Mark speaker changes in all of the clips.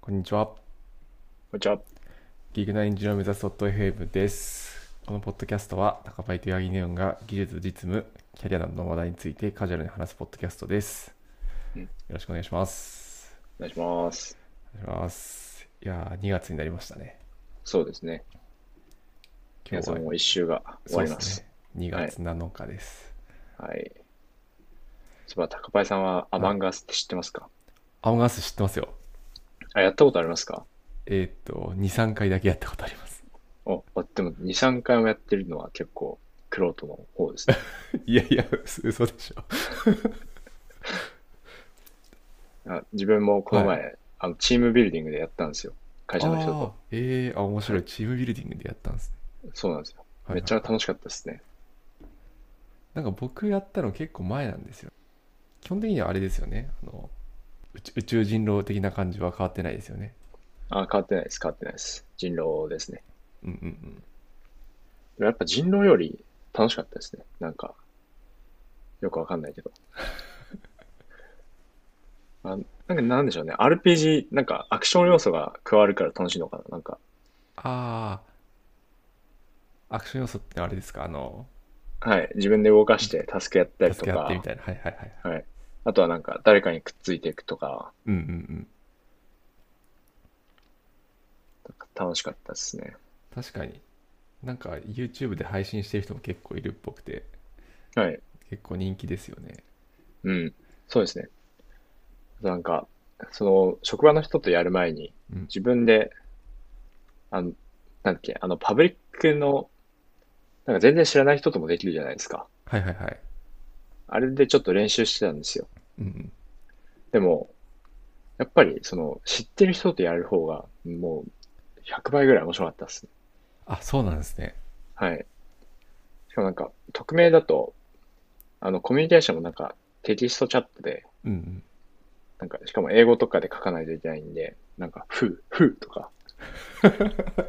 Speaker 1: こんにちは。
Speaker 2: こんにちは。
Speaker 1: ギグなエンジニアを目指す .fm です。このポッドキャストは、高バイとヤギネオンが技術、実務、キャリアなどの話題についてカジュアルに話すポッドキャストです。
Speaker 2: うん
Speaker 1: よろしくお願いします。
Speaker 2: お願いします。
Speaker 1: お願いします。いやー、2月になりましたね。
Speaker 2: そうですね。皆さんもう一週が終
Speaker 1: そ
Speaker 2: わ
Speaker 1: う
Speaker 2: り
Speaker 1: で
Speaker 2: ます。
Speaker 1: すね。2月7日です。
Speaker 2: はい。そういえば、高林さんはアマンガスって知ってますか
Speaker 1: アマガス知ってますよ。
Speaker 2: あ、やったことありますか
Speaker 1: えーっと、2、3回だけやったことあります。
Speaker 2: お、あでも2、3回もやってるのは結構、クロートの方 ですね。
Speaker 1: いやいや、嘘嘘でしょ。
Speaker 2: あ自分もこの前、あのチームビルディングでやったんですよ。会社の
Speaker 1: あ
Speaker 2: 人
Speaker 1: ー
Speaker 2: と。
Speaker 1: えー、あ、面白い。チームビルディングでやったんですね。
Speaker 2: そうなんですよ。
Speaker 1: はいはい
Speaker 2: めっちゃ楽しかったですね。
Speaker 1: なんか僕やったの結構前なんですよ。基本的にはあれですよね。あの宇宙宇宙人狼的な感じは変わってないですよね。
Speaker 2: あ、変わってないです。変わってないです。人狼ですね。
Speaker 1: うんうんうん。
Speaker 2: でもやっぱ人狼より楽しかったですね。なんか、よくわかんないけど。 あなんかなんでしょうね。RPG、なんかアクション要素が加わるから楽しいのかな。なんか、
Speaker 1: ああ、アクション要素ってあれですかあの、
Speaker 2: はい。自分で動かしてタスクやったりと
Speaker 1: 助け合ってみ
Speaker 2: か、
Speaker 1: たいな。はいはいはい。
Speaker 2: はい。あとはなんか誰かにくっついていくとか、
Speaker 1: うんうんうん。
Speaker 2: なんか楽しかったですね。
Speaker 1: 確かに。なんか YouTube で配信してる人も結構いるっぽくて、
Speaker 2: はい。
Speaker 1: 結構人気ですよね。
Speaker 2: うん。そうですね。あとなんか、その、職場の人とやる前に、
Speaker 1: うん
Speaker 2: 自分で、あの、なんだっけ、あの、パブリックの、なんか全然知らない人ともできるじゃないですか。
Speaker 1: はいはいはい。
Speaker 2: あれでちょっと練習してたんですよ。
Speaker 1: うんうん。
Speaker 2: でも、やっぱり、その、知ってる人とやる方が、もう、100倍ぐらい面白かったですね。
Speaker 1: あ、そうなんですね。
Speaker 2: はい。しかもなんか、匿名だと、あの、コミュニケーションもなんか、テキストチャットで、
Speaker 1: うんうん。
Speaker 2: なんか、しかも英語とかで書かないといけないんで、なんか、ふう、ふう とか、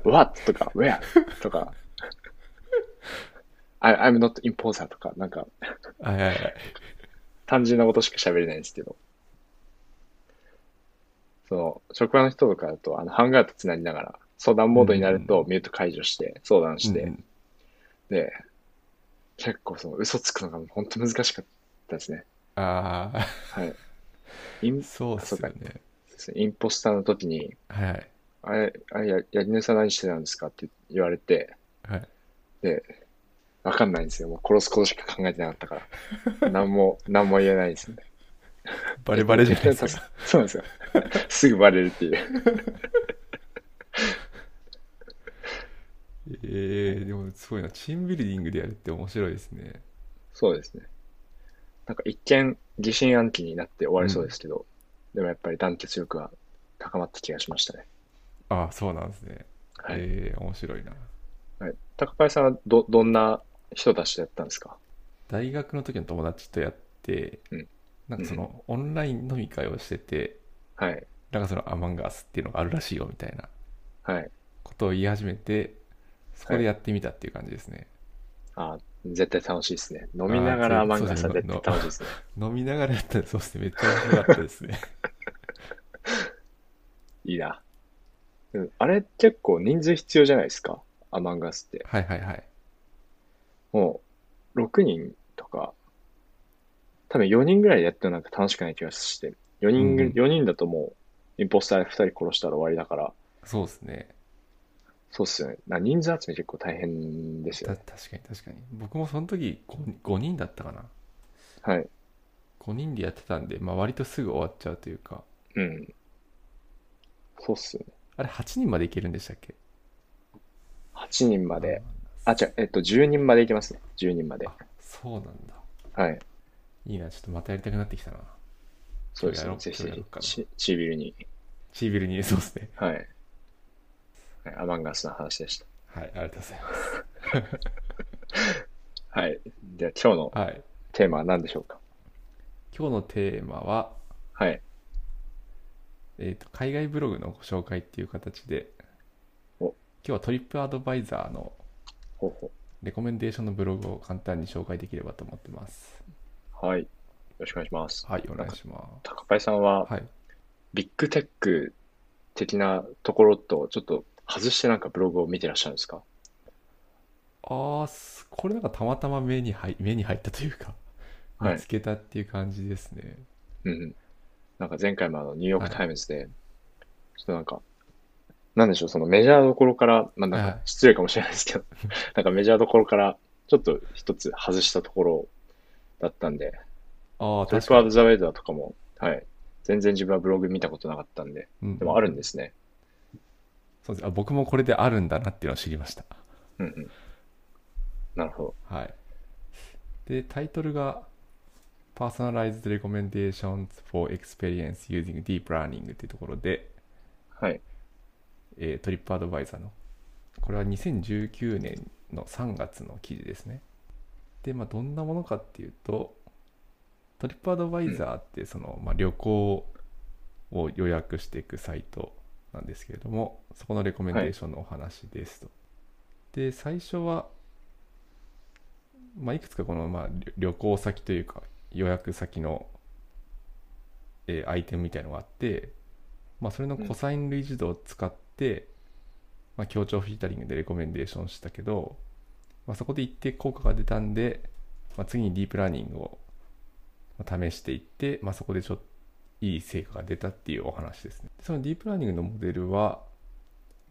Speaker 2: what とか、where とか、I, I'm not imposer とか、なんか、
Speaker 1: はいはいはい。
Speaker 2: 単純なことしか喋れないんですけど、その、職場の人とかだと、あの、ハンガーと繋ぎながら、相談モードになる
Speaker 1: うん
Speaker 2: とミュート解除して、相談し
Speaker 1: うんう
Speaker 2: て、
Speaker 1: ん
Speaker 2: で、結構その、嘘つくのが本当難しかったですね。
Speaker 1: ああ、
Speaker 2: はい。イン、
Speaker 1: そうっすよね。
Speaker 2: インポスターの時に、
Speaker 1: はいはい。
Speaker 2: あれ、あれ、や、やりぬさん何してたんですかって言われて、
Speaker 1: はい。
Speaker 2: で、わかんないんですよ。もう殺すことしか考えてなかったか ら。何も、何も言えないですよね。
Speaker 1: バレバレじゃないですか。
Speaker 2: そうなん ですよ。すぐバレるっていう。
Speaker 1: ええでもすごいな。チームビルディングでやるって面白いですね。
Speaker 2: そうですね。なんか一見疑心暗鬼になって終わりそうですけど、でもやっぱり団結力が高まった気がしましたね。
Speaker 1: ああ、そうなんですね。
Speaker 2: はい。
Speaker 1: ええ面白いな。
Speaker 2: はい、高林さんはど、どんな人たちとやったんですか
Speaker 1: 大学の時の友達とやって、
Speaker 2: うん
Speaker 1: なんかその、オンライン飲み会をしてて、
Speaker 2: はい。
Speaker 1: なんかそのアマンガスっていうのがあるらしいよみたいな
Speaker 2: はい。
Speaker 1: ことを言い始めて、そこでやってみたっていう感じですね。
Speaker 2: あ絶対楽しいですね。飲みながら
Speaker 1: あー
Speaker 2: 漫画さ
Speaker 1: そう
Speaker 2: ん
Speaker 1: です
Speaker 2: 絶
Speaker 1: ね
Speaker 2: 対楽しいですね。
Speaker 1: 飲みながらやったらそうですね。めっちゃ面白かったです ね。
Speaker 2: いいな。うんあれ結構人数必要じゃないですか。アマンガスって。
Speaker 1: はいはいはい。
Speaker 2: もう、6人とか、多分4人ぐらいでやってもなんか楽しくない気がして、4人ぐ、
Speaker 1: うん
Speaker 2: 4人だともう、インポスター2人殺したら終わりだから、
Speaker 1: そうですね。
Speaker 2: そうっすよね。な人数集め結構大変ですよ
Speaker 1: た
Speaker 2: ね。
Speaker 1: 確かに確かに。僕もその時 5, 人だったかな。
Speaker 2: はい。
Speaker 1: 5人でやってたんで、まあ割とすぐ終わっちゃうというか。
Speaker 2: うん。そうっすよね。
Speaker 1: あれ8人までいけるんでしたっけ
Speaker 2: 8人まで。あ、
Speaker 1: あ
Speaker 2: 違う、えっと、10人までいきますね。10人まで。
Speaker 1: そうなんだ。
Speaker 2: はい。
Speaker 1: いいな、ちょっとまたやりたくなってきたな。
Speaker 2: そうです
Speaker 1: やろ
Speaker 2: ね。
Speaker 1: う
Speaker 2: ぜひ
Speaker 1: や
Speaker 2: ぜ
Speaker 1: ろうかな
Speaker 2: ひ、チチービルに。
Speaker 1: チービルに、そうですね。
Speaker 2: はい。はいアマンガスの話でした。
Speaker 1: はい、ありがとうございます。
Speaker 2: はい。じゃあ今日の
Speaker 1: はい。
Speaker 2: テーマは何でしょうか
Speaker 1: 今日のテーマは、
Speaker 2: はい。
Speaker 1: えーと、海外ブログのご紹介っていう形で、
Speaker 2: お
Speaker 1: 今日はトリップアドバイザーの
Speaker 2: ほうほ
Speaker 1: レコメンデーションのブログを簡単に紹介できればと思ってます。
Speaker 2: う。はい。よろしくお願いします。
Speaker 1: はい、お願いしま
Speaker 2: 高パイさんは
Speaker 1: す。はい。
Speaker 2: ビッグテックっ的なところと、ちょっと外してなんかブログを見てらっしゃるんですか
Speaker 1: ああ、すこれなんかたまたま目に入、目に入ったというか見
Speaker 2: はい。
Speaker 1: つけたっていう感じですね。
Speaker 2: うんうん。なんか前回もあのニューヨー
Speaker 1: は
Speaker 2: ク
Speaker 1: い。
Speaker 2: タイムズで、ちょっとなんか、なんでしょう、そのメジャーどころから、まあなん
Speaker 1: はいは
Speaker 2: か
Speaker 1: い。
Speaker 2: 失礼かもしれないです けど、なんかメジャーどころから、ちょっと一つ外したところだったんで、
Speaker 1: ああ、
Speaker 2: トリッ
Speaker 1: 確
Speaker 2: プ
Speaker 1: か
Speaker 2: アド
Speaker 1: に。
Speaker 2: ザウェイダーとかも、はい、全然自分はブログ見たことなかったんで、
Speaker 1: うんう
Speaker 2: でもあ
Speaker 1: ん
Speaker 2: る
Speaker 1: うん
Speaker 2: で
Speaker 1: ん。
Speaker 2: すね。
Speaker 1: そうです。あ、僕もこれであるんだなっていうのを知りました。
Speaker 2: うんうん。なるほど。
Speaker 1: はい。で、タイトルが Personalized Recommendations for Experience Using Deep Learning っていうところで、
Speaker 2: はい。
Speaker 1: えトリップアドバイザー TripAdvisor の、これは2019年の3月の記事ですね。で、まあ、どんなものかっていうと、トリップアドバ
Speaker 2: う
Speaker 1: イ
Speaker 2: ん。
Speaker 1: ザーってその、まあ、旅行を予約していくサイトなんですけれども、そこのレコメン
Speaker 2: は
Speaker 1: デー
Speaker 2: い。
Speaker 1: ションのお話ですと。で、最初は、まあ、いくつかこの、まあ、旅旅行先というか、予約先の、えーアイテムみたいのがあって、まあ、それの
Speaker 2: う
Speaker 1: コ
Speaker 2: ん。
Speaker 1: サイン類似度を使って、まあ、協調フィータリングでレコメンデーションしたけど、まあ、そこで一定効果が出たんで、まあ、次にディープラーニングをまあ試していって、まあ、そこでちょっといい成果が出たっていうお話ですね。でそのディープラーニングのモデルは、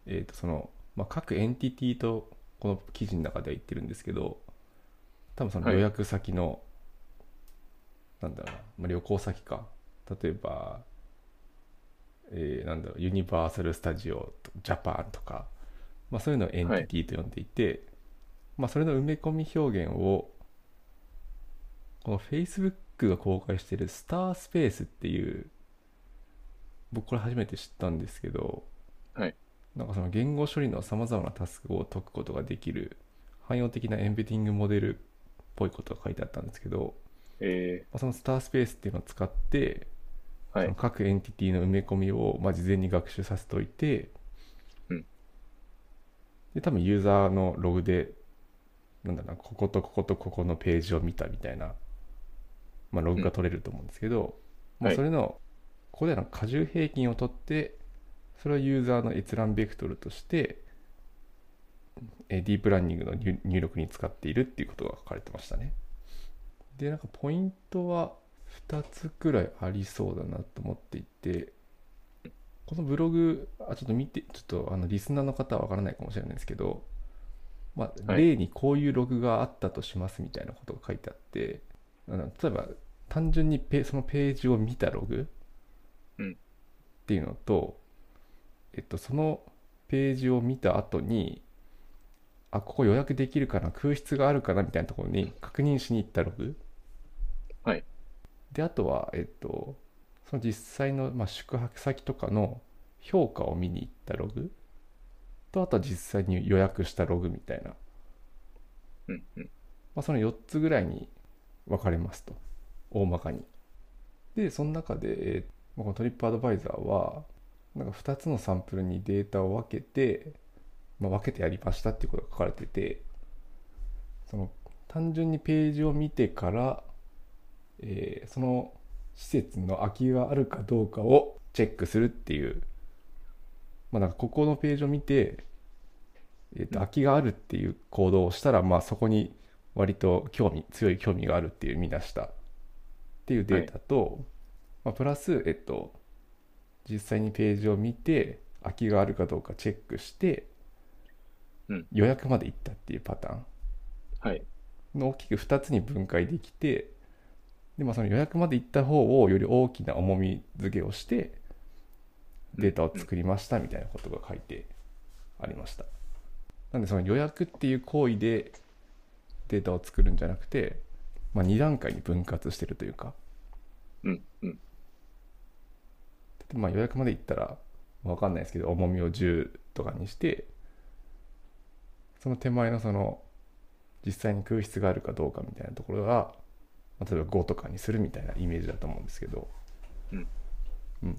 Speaker 1: えーとそのまあ、各エンティティとこの記事の中では言ってるんですけど多分その
Speaker 2: は
Speaker 1: 予
Speaker 2: い。
Speaker 1: 約先のなんだろうな、まあ、旅行先か例えば、えーなんだろうユニバーサル・スタジオとジャパンとか、まあ、そういうのをエン
Speaker 2: は
Speaker 1: ティ
Speaker 2: い。
Speaker 1: ティと呼んでいて、まあ、それの埋め込み表現をこの Facebook が公開しているスタースペースっていう僕これ初めて知ったんですけど
Speaker 2: はい。
Speaker 1: なんかその言語処理のさまざまなタスクを解くことができる汎用的なエンベディングモデルっぽいことが書いてあったんですけど、
Speaker 2: え
Speaker 1: まあそのスタースペースっていうのを使って
Speaker 2: ー、は
Speaker 1: その
Speaker 2: い。
Speaker 1: 各エンティティの埋め込みをまあ事前に学習させておいて
Speaker 2: うん。
Speaker 1: で多分ユーザーのログでなんだろうなこことこことここのページを見たみたいな、まあ、ログ
Speaker 2: う
Speaker 1: が
Speaker 2: ん。
Speaker 1: 取れると思うんですけど、まあ、
Speaker 2: は
Speaker 1: そ
Speaker 2: い。
Speaker 1: れのここでの加重平均を取ってそれをユーザーの閲覧ベクトルとしてえーディープラーニングの入入力に使っているっていうことが書かれてましたね。で、なんかポイントは2つくらいありそうだなと思っていて、このブログ、あ、ちょっと見て、ちょっとあのリスナーの方はわからないかもしれないんですけど、まあ、
Speaker 2: はい。
Speaker 1: 例にこういうログがあったとしますみたいなことが書いてあって、あの例えば単純にペ、そのページを見たログ
Speaker 2: うん。
Speaker 1: っていうのと、えっと、そのページを見た後に、あ、ここ予約できるかな、空室があるかなみたいなところに確認しに行ったログ。
Speaker 2: はい。
Speaker 1: で、あとは、えっと、その実際の、まあ、宿泊先とかの評価を見に行ったログと、あとは実際に予約したログみたいな、ま
Speaker 2: うんうん。
Speaker 1: あ、その4つぐらいに分かれますと。大まかに。で、その中で、えーまあこのトリップアドバイザーは、なんか2つのサンプルにデータを分けて、まあ、分けてやりましたっていうことが書かれてて、その単純にページを見てから、えーその施設の空きがあるかどうかをチェックするっていう、まあ、なんかここのページを見て、えーと
Speaker 2: うん
Speaker 1: 空きがあるっていう行動をしたら、まあ、そこに割と興味強い興味があるっていう見出したっていう
Speaker 2: は
Speaker 1: デー
Speaker 2: い。
Speaker 1: タと、まあ、プラス、えっと、実際にページを見て空きがあるかどうかチェックして
Speaker 2: うん。
Speaker 1: 予約まで行ったっていうパターン。
Speaker 2: はい。
Speaker 1: の大きく2つに分解できてで、まあ、その予約まで行った方をより大きな重み付けをして
Speaker 2: う
Speaker 1: デー
Speaker 2: ん
Speaker 1: タを
Speaker 2: うん。
Speaker 1: 作りましたみたいなことが書いてありましたなんでその予約っていう行為でデータを作るんじゃなくて、まあ、2段階に分割してるというか
Speaker 2: うんうん。
Speaker 1: 例えばまあ予約まで行ったら分かんないですけど重みを10とかにしてその手前のその実際に空室があるかどうかみたいなところがまあ例えば5とかにするみたいなイメージだと思うんですけど、
Speaker 2: うん。
Speaker 1: うん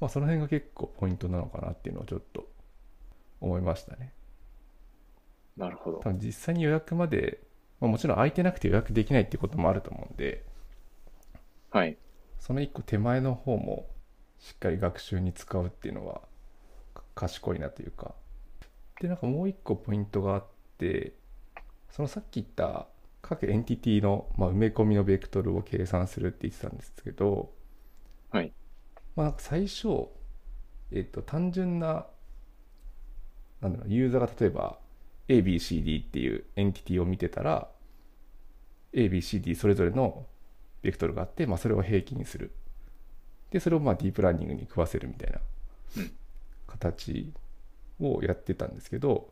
Speaker 1: まあ、その辺が結構ポイントなのかなっていうのをちょっと思いましたね
Speaker 2: なるほど。
Speaker 1: 多分実際に予約まで、まあ、もちろん空いてなくて予約できないっていうこともあると思うんで
Speaker 2: はい。
Speaker 1: その1個手前の方もしっかり学習に使うっていうのはか賢いなというかでなんかもう一個ポイントがあってそのさっき言った各エンティティの、まあ、埋め込みのベクトルを計算するって言ってたんですけど、
Speaker 2: はい
Speaker 1: まあ、なんか最初、えっと、単純ななんだろうユーザーが例えば ABCD っていうエンティティを見てたら ABCD それぞれのベクトルがあって、まあ、それを平均するでそれをまあディープラーニングに食わせるみたいな
Speaker 2: うん
Speaker 1: 形をやってたんですけど、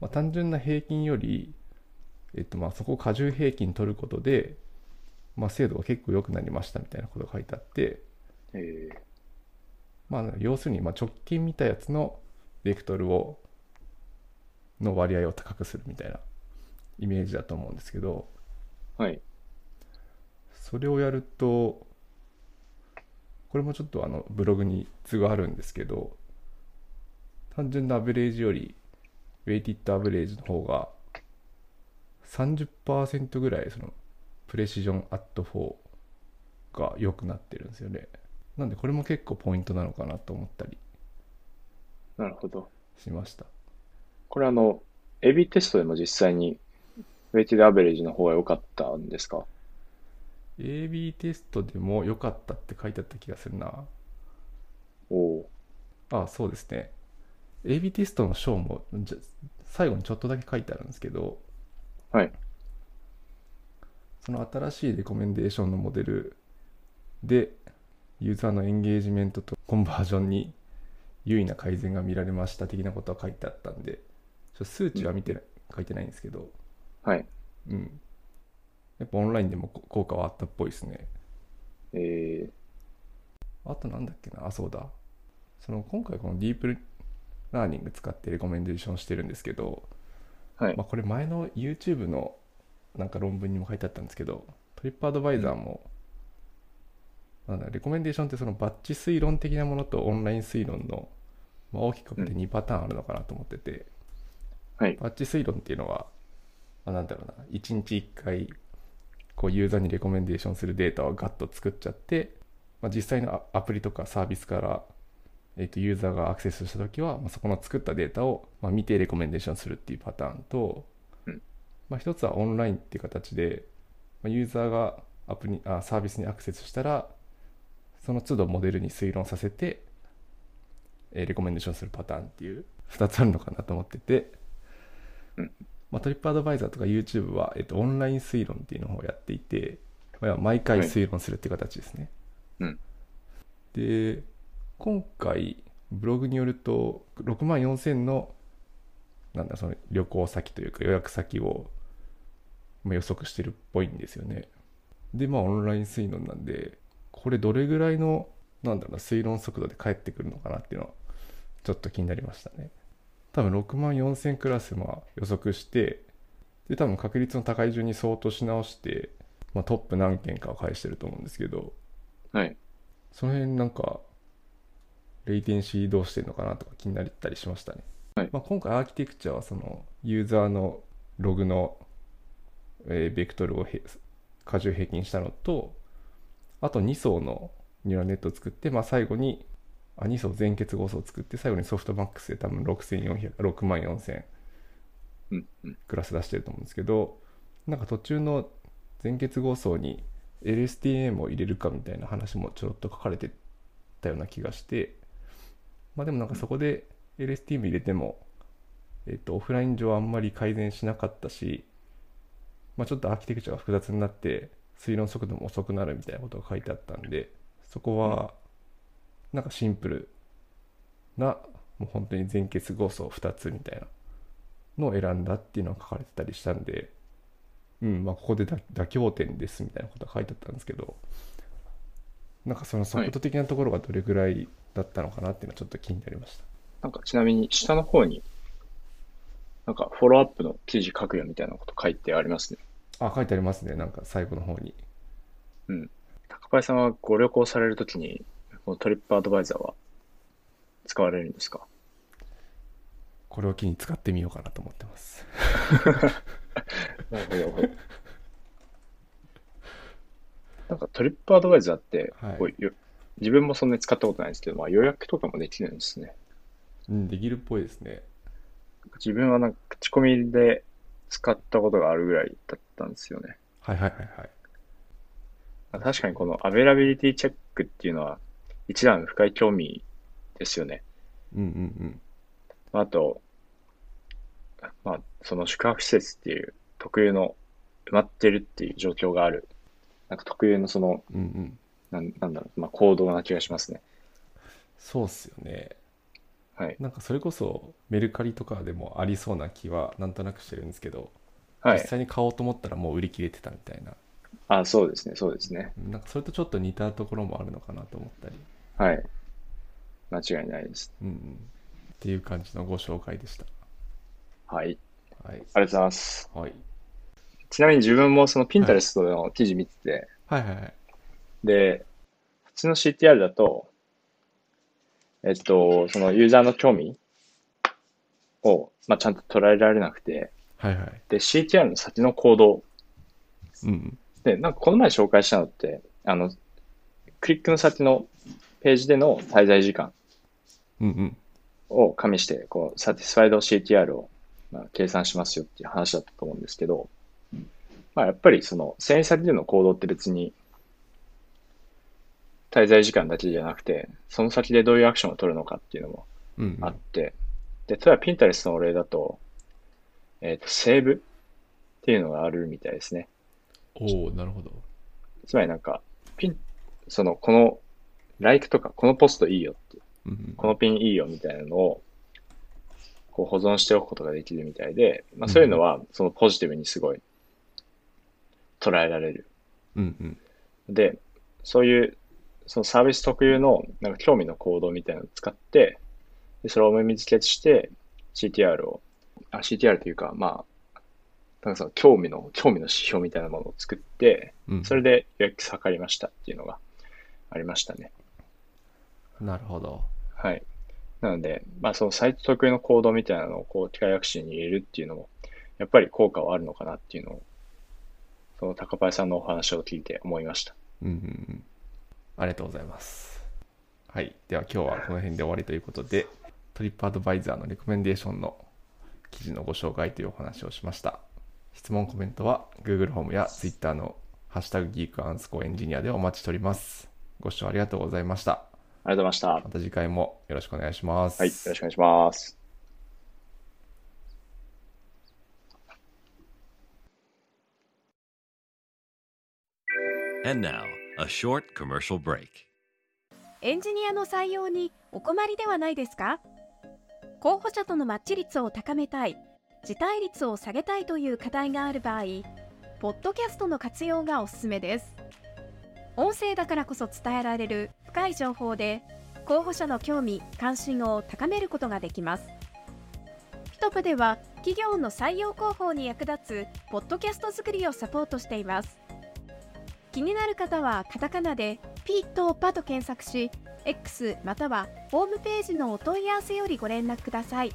Speaker 1: まあ、単純な平均より、えっと、まあそこを過重平均取ることで、まあ、精度が結構良くなりましたみたいなことが書いてあって、
Speaker 2: えー
Speaker 1: まあ、要するにまあ直近見たやつのベクトルをの割合を高くするみたいなイメージだと思うんですけど、
Speaker 2: はい。
Speaker 1: それをやるとこれもちょっとあのブログに図があるんですけど単純なアベレージよりウェイティッドアベレージの方が30%ぐらいそのプレシジョンアット4が良くなってるんですよねなんでこれも結構ポイントなのかなと思ったり
Speaker 2: なるほど。
Speaker 1: しました
Speaker 2: これあの、エビテストでも実際に、ウェイティドアベレージの方が良かったんですか
Speaker 1: AB テストでも良かったって書いてあった気がするな
Speaker 2: おお
Speaker 1: あそうですね。AB テストの章もじゃ最後にちょっとだけ書いてあるんですけど、
Speaker 2: はい。
Speaker 1: その新しいレコメンデーションのモデルで、ユーザーのエンゲージメントとコンバージョンに優位な改善が見られました的なことは書いてあったんで、ちょ数値は見てない、書いてないんですけど、
Speaker 2: はい。
Speaker 1: うん。やっぱオンラインでもこ効果はあったっぽいですね。
Speaker 2: え
Speaker 1: あとなんだっけな、あ、そうだ。その今回このディープラーニング使ってレコメンデーションしてるんですけど、
Speaker 2: ー、はい
Speaker 1: ま。あ、これ前の YouTube のなんか論文にも書いてあったんですけど、トリップアドバイザーも、なんだ、レコメンデーションってそのバッチ推論的なものとオンライン推論の、まあ、大きく分けて
Speaker 2: うん
Speaker 1: 2パターンあるのかなと思ってて、
Speaker 2: はい。
Speaker 1: バッチ推論っていうのは、まあ、なんだろうな、1日1回、こうユーザーにレコメンデーションするデータをガッと作っちゃって、まあ、実際のアアプリとかサービスから、えっとユーザーがアクセスしたときは、まあ、そこの作ったデータを、まあ、見てレコメンデーションするっていうパターンと、
Speaker 2: うん
Speaker 1: まあ、一つはオンラインっていう形で、まあ、ユーザーがアプリあサービスにアクセスしたら、その都度モデルに推論させて、えーレコメンデーションするパターンっていう2つあるのかなと思ってて、
Speaker 2: うん
Speaker 1: まあ、トリップアドバイザーとか YouTube は、えっとオンライン推論っていうのをやっていて、まあ、毎回推論するっていう形ですね。
Speaker 2: うん
Speaker 1: で、今回、ブログによると、6万4000のなんだその旅行先というか予約先をまあ予測してるっぽいんですよね。で、まあオンライン推論なんで、これどれぐらいのなんだろうな推論速度で返ってくるのかなっていうのはちょっと気になりましたね。多分6万4000クラスまあ予測して、で多分確率の高い順に相当し直して、まあ、トップ何件かを返してると思うんですけど、
Speaker 2: はい。
Speaker 1: その辺なんか、レイテンシーどうしてんのかなとか気になったりしましたね。
Speaker 2: はい
Speaker 1: まあ、今回アーキテクチャはそのユーザーのログの、えーベクトルをへ過重平均したのと、あと2層のニューラルネットを作って、まあ、最後にあ2層全結合層を作って、最後にソフトバックスで多分6400、6万4000
Speaker 2: うん。うん。
Speaker 1: クラス出してると思うんですけどなんか途中の全結合層に LSTM を入れるかみたいな話もちょろっと書かれてたような気がしてまあでもなんかそこで LSTM 入れても、えっとオフライン上あんまり改善しなかったし、まあ、ちょっとアーキテクチャが複雑になって推論速度も遅くなるみたいなことが書いてあったんでそこはなんかシンプルなもう本当に全結合層2つみたいなのを選んだっていうのが書かれてたりしたんで、うん、まあ、ここで妥妥協点ですみたいなことが書いてあったんですけど、なんかその速度的なところがどれぐらいだったのかなっていうのはちょっと気になりました。
Speaker 2: なんかちなみに下の方に、なんかフォローアップの記事書くよみたいなこと書いてありますね。
Speaker 1: あ、書いてありますね、なんか最後の方に。
Speaker 2: 高林さんはご旅行されるときに、このトリップアドバイザーは使われるんですか
Speaker 1: これを機に使ってみようかなと思ってます。
Speaker 2: なるほど。なんかトリップアドバイザーって、
Speaker 1: はい
Speaker 2: こうよ自分もそんなに使ったことないですけど、まあ、予約とかもできるんですね。
Speaker 1: うん、できるっぽいですね。
Speaker 2: 自分はなんか口コミで使ったことがあるぐらいだったんですよね。
Speaker 1: はいはいはいはい。
Speaker 2: まあ確かにこのアベラビリティチェックっていうのは一段深い興味ですよね。
Speaker 1: うんうん
Speaker 2: まああと、まあ、その宿泊施設っていう特有の埋まってるっていう状況がある。なんか特有のその、
Speaker 1: うん。うんうん。
Speaker 2: なんなんだろう、まあ、行動な気がしますね。
Speaker 1: そうっすよね。
Speaker 2: はい。
Speaker 1: なんかそれこそメルカリとかでもありそうな気はなんとなくしてるんですけど、
Speaker 2: は
Speaker 1: 実
Speaker 2: い。
Speaker 1: 際に買おうと思ったらもう売り切れてたみたいな。
Speaker 2: あ、そうですね、そうですね。
Speaker 1: なんかそれとちょっと似たところもあるのかなと思ったり。
Speaker 2: はい。間違いないです。
Speaker 1: うんうん。っていう感じのご紹介でした。
Speaker 2: はい。
Speaker 1: はい。
Speaker 2: ありがとうございます。
Speaker 1: はい。
Speaker 2: ちなみに自分もその Pinterest の記事見てて、
Speaker 1: はいはいはい。
Speaker 2: で、普通の CTR だと、えっと、そのユーザーの興味を、まあ、ちゃんと捉えられなくて、
Speaker 1: はいはい。
Speaker 2: で、CTR の先の行動。
Speaker 1: うん。
Speaker 2: で、なんかこの前紹介したのって、あの、クリックの先のページでの滞在時間
Speaker 1: うんうん。
Speaker 2: を加味して、こう、サティスファイド CTR を、まあ、計算しますよっていう話だったと思うんですけど、まあ、やっぱりその、遷移先での行動って別に、滞在時間だけじゃなくて、その先でどういうアクションを取るのかっていうのも
Speaker 1: うんうん。
Speaker 2: あって、で、例えば Pinterest の例だと、えっ、と、セーブっていうのがあるみたいですね。
Speaker 1: おおなるほど。
Speaker 2: つまりなんか、ピン、その、この、like とか、このポストいいよって、
Speaker 1: うんうん。
Speaker 2: このピンいいよみたいなのを、こう保存しておくことができるみたいで、まあそういうのは、そのポジティブにすごい、捉えられる。
Speaker 1: うんうん。
Speaker 2: で、そういう、そのサービス特有の、なんか興味の行動みたいなのを使って、でそれを目見つけして、CTR を、あ、CTR というか、まあ、なんかその興味の、興味の指標みたいなものを作って、
Speaker 1: うん、
Speaker 2: それで予約測りましたっていうのがありましたね。
Speaker 1: なるほど。
Speaker 2: はい。なので、まあそのサイト特有の行動みたいなのをこう機械学習に入れるっていうのも、やっぱり効果はあるのかなっていうのを、その高林さんのお話を聞いて思いました。
Speaker 1: うんうんうん。ありがとうございます。はい。では今日はこの辺で終わりということで、トリップアドバイザーのレコメンデーションの記事のご紹介というお話をしました。質問、コメントは Google ホームや Twitter のハッシュタグギークアンスコーエンジニアでお待ちしております。ご視聴ありがとうございました。
Speaker 2: ありがとうございました。は
Speaker 1: また次回もよろしくお願いします。
Speaker 2: い、よろしくお願いします。
Speaker 3: And now, a short commercial break.
Speaker 4: エンジニアの採用にお困りではないですか候補者とのマッチ率を高めたい、辞退率を下げたいという課題がある場合、ポッドキャストの活用がおすすめです。音声だからこそ伝えられる深い情報で、候補者の興味・関心を高めることができます。ピトプでは企業の採用広報に役立つポッドキャスト作りをサポートしています。気になる方はカタカナで「ピーとパ」と検索し X またはホームページのお問い合わせよりご連絡ください